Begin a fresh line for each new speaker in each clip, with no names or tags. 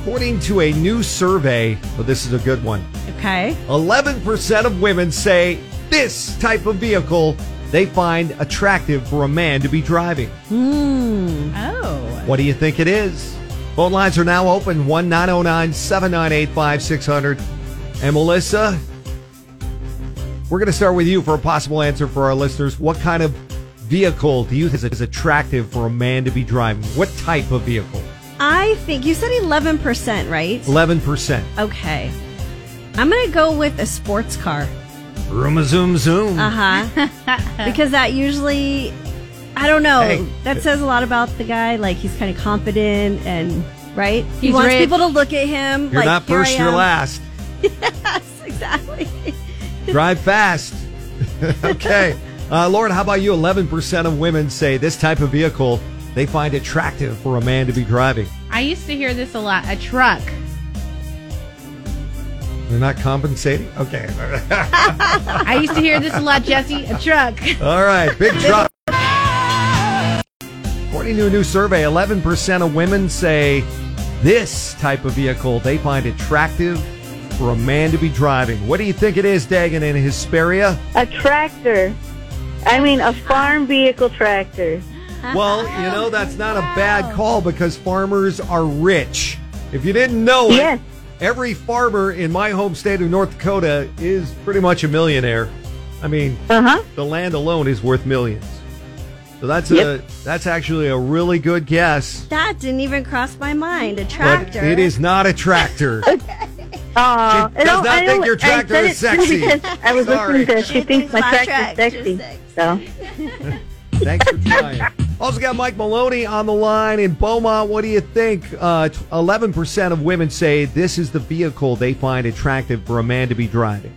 According to a new survey, well, this is a good one.
Okay.
11% of women say this type of vehicle they find attractive for a man to be driving.
Oh.
What do you think it is? Phone lines are now open oh 1 909 798 5600. And Melissa, we're going to start with you for a possible answer for our listeners. What kind of vehicle do you think is attractive for a man to be driving? What type of vehicle?
I think you said 11%, right?
11%.
Okay. I'm going to go with a sports car.
Room a zoom zoom.
Uh huh. because that usually, I don't know.
Hey.
That says a lot about the guy. Like he's kind of confident and right. he
He's
wants
rich.
people to look at him.
You're
like,
not
"Here I
first, you're
am."
last.
Yes, exactly.
Drive fast. okay. Uh, Lauren, how about you? 11% of women say this type of vehicle they find attractive for a man to be driving.
I used to hear this a lot. A truck.
They're not compensating? Okay.
I used to hear this a lot, Jesse. A truck.
All right. Big truck. According to a new survey, 11% of women say this type of vehicle they find attractive for a man to be driving. What do you think it is, Dagan, in Hesperia?
A tractor. I mean, a farm vehicle tractor.
Well, you know, that's not a bad call because farmers are rich. If you didn't know it,
Yes.
every farmer in my home state of North Dakota is pretty much a millionaire. I mean,
Uh huh.
the land alone is worth millions. So that's a
Yep.
that's actually a really good guess.
That didn't even cross my mind. A
But
tractor.
it is not a tractor.
Uh,
She does not think your tractor
I said
is
it
sexy.
too Because I was
Sorry.
listening to. She, thinks my tractor's sexy.
sexy.
So
Thanks for trying. Also got Mike Maloney on the line in Beaumont. What do you think? Uh, Eleven percent of women say this is the vehicle they find attractive for a man to be driving.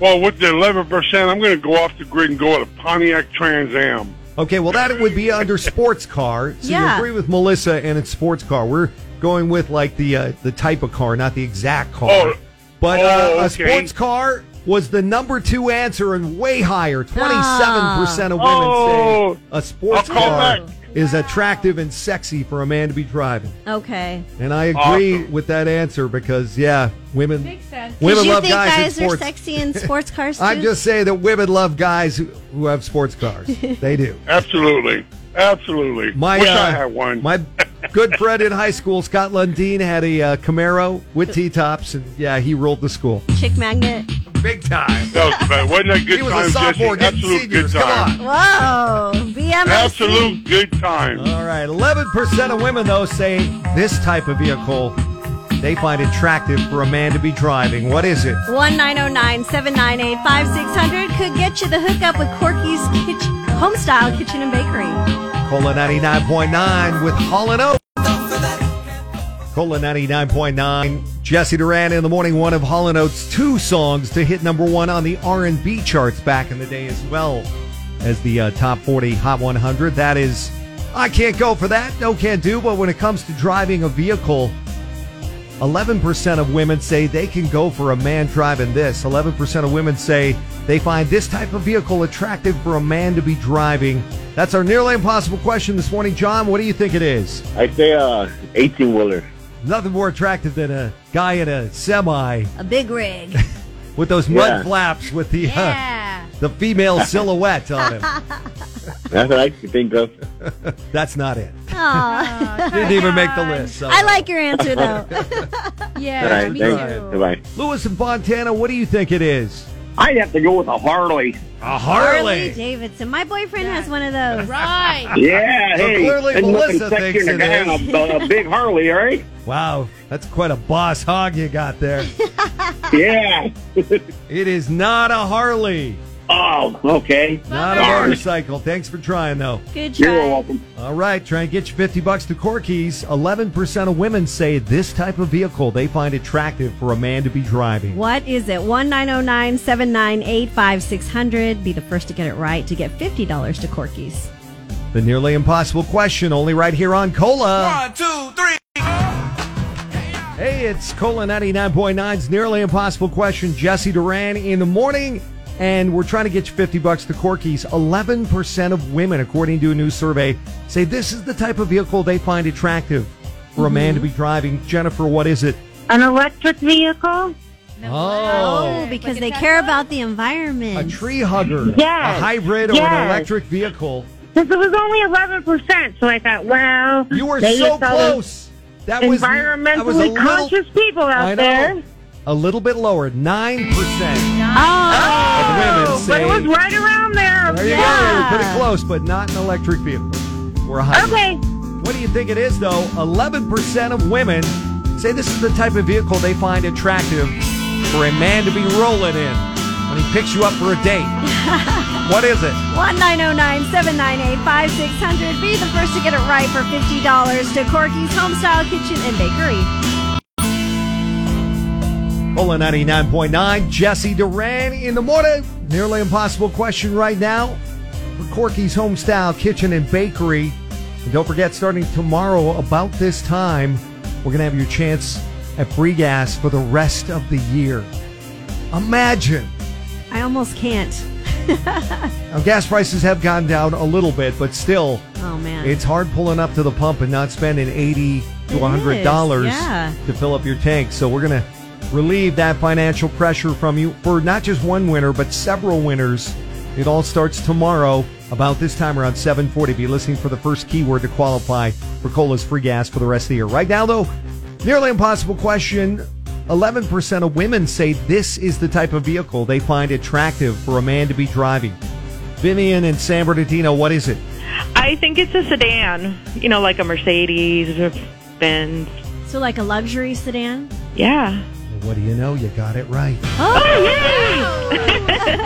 Well, with the eleven percent, I'm going to go off the grid and go with a Pontiac Trans Am.
Okay, well that would be under sports car. So you
Yeah.
agree with Melissa, and it's sports car. We're going with like the uh, the type of car, not the exact car.
Oh.
But
Oh,
uh, a
okay.
sports car was the number two answer and way higher.
Ah.
Twenty seven percent of women
Oh.
say a sports
I'll call
car
back.
is attractive and sexy for a man to be driving.
Okay.
And I agree
Awesome.
with that answer because yeah, women
Makes sense.
women
Did you
love
think
guys, in
are
sports.
sexy in sports cars too?
I'm just saying that women love guys who, who have sports cars. they do.
Absolutely, absolutely.
My,
Wish
uh,
I had one.
My good friend in high school, Scott Lundeen, had a uh, Camaro with T tops, and yeah, he ruled the school
chick magnet.
big time.
that was bad. Wasn't that good
He was
time,
a sophomore
Jesse?
getting
Absolute
seniors.
good time.
Come on.
Whoa. BMIC.
Absolute good time.
Uh,
All right, eleven percent of women though say this type of vehicle they find attractive for a man to be driving. What is it?
1-909-798-5600 could get you the hookup with Corky's kitchen, Homestyle Kitchen and Bakery.
Cola ninety nine point nine with Hall and Oak. Cola 99.9. Jesse Duran in the morning, one of Hall & Oates' two songs to hit number one on the R&B charts back in the day as well as the uh, top 40 Hot 100. That is, I can't go for that, no can do, but when it comes to driving a vehicle, 11% of women say they can go for a man driving this. 11% of women say they find this type of vehicle attractive for a man to be driving. That's our nearly impossible question this morning. John, what do you think it is?
I say uh, 18 wheeler.
Nothing more attractive than a guy in a semi
A big rig.
with those mud
Yeah.
flaps with the
Yeah.
uh, the female silhouette on him.
That's what I can think of.
That's not it.
Aw.
Didn't even make the list. So.
I like your answer though.
Yeah.
All right,
me
thanks.
too.
Goodbye.
Lewis and Fontana. What do you think it is?
I'd have to go with a Harley.
A
Harley Davidson. My boyfriend has one of those.
Right.
Yeah,
So
hey,
clearly
there's nothing
Melissa
sexier
thinks
than
it
a guy on a, a big Harley, all right?
Wow, that's quite a boss hog you got there.
Yeah.
it is not a Harley,
Oh, okay.
not a
Darn.
motorcycle. Thanks for trying though.
Good job.
You're welcome.
All right, try and get you 50 bucks to Corky's. 11% of women say this type of vehicle they find attractive for a man to be driving.
What is it? 1-909-798-5600. Be the first to get it right to get $50 to Corky's.
The nearly impossible question, only right here on Cola. One, two, three. Hey, it's Cola 99.9's nearly impossible question. Jesse Duran in the morning, and we're trying to get you 50 bucks to Corky's. 11% of women, according to a new survey, say this is the type of vehicle they find attractive for a
Mm-hmm.
man to be driving. Jennifer, what is it?
An electric vehicle?
Oh.
Oh, because they care about the environment.
A tree hugger,
Yes.
a hybrid, or an
Yes.
electric vehicle.
Since it was only 11%, so I thought, well.
You were
they
so
just saw those
close. That was that was a
Environmentally
little,
conscious people out
I know.
there.
A little bit lower, nine percent
Oh,
of women
But
say.
it was right around there.
there you go,
Yeah.
pretty close, but not an electric vehicle or a hybrid.
Okay.
What do you think it is, though? 11% of women say this is the type of vehicle they find attractive for a man to be rolling in when he picks you up for a date. what is it?
1-909-798-5600. Be the first to get it right for $50 to Corky's Homestyle Kitchen and Bakery.
Ola 99.9, Jesse Duran in the morning. Nearly impossible question right now for Corky's Homestyle Kitchen and Bakery. And don't forget, starting tomorrow about this time, we're going to have your chance at free gas for the rest of the year. Imagine
I almost can't.
Now, gas prices have gone down a little bit, but still,
Oh, man.
it's hard pulling up to the pump and not spending eighty to
It
one hundred dollars
is, yeah.
to fill up your tank. So we're gonna relieve that financial pressure from you for not just one winner, but several winners. It all starts tomorrow, about this time around seven forty. Be listening for the first keyword to qualify for Cola's free gas for the rest of the year. Right now, though, nearly impossible question. 11% of women say this is the type of vehicle they find attractive for a man to be driving. Vivian and San Bernardino, what is it?
I think it's a sedan. You know, like a Mercedes or Benz.
So like a luxury sedan?
Yeah.
What do you know? You got it right.
Well,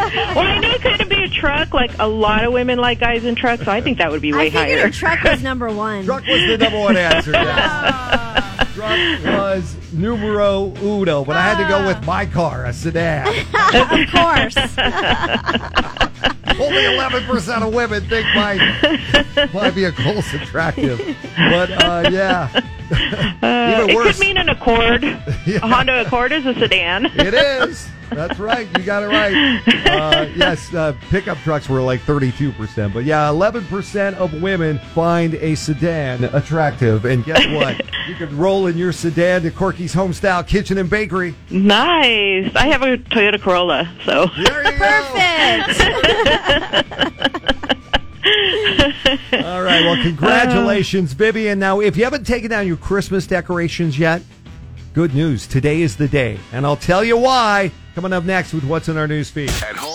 I know it could be a truck. Like a lot of women like guys in trucks, so I think that would be way
I figured
higher.
a truck was number one.
Truck was the number one answer. Yes. Truck was numero uno, but I had to go with
Ah.
my car, a sedan.
of course.
Only 11% of women think my, my vehicle's attractive. But uh, yeah, even
Uh, it
worse.
could mean an Accord. A Honda Accord is a sedan.
it is. That's right. You got it right. Uh, yes, uh, pickup trucks were like 32%. But yeah, 11% of women find a sedan attractive. And guess what? you could roll in your sedan to Corky's Homestyle Kitchen and Bakery.
Nice. I have a Toyota Corolla, so
There you
Perfect.
go. All right. Well, congratulations, Vivian. Now, if you haven't taken down your Christmas decorations yet, good news. Today is the day. And I'll tell you why coming up next with What's in Our News Feed.
At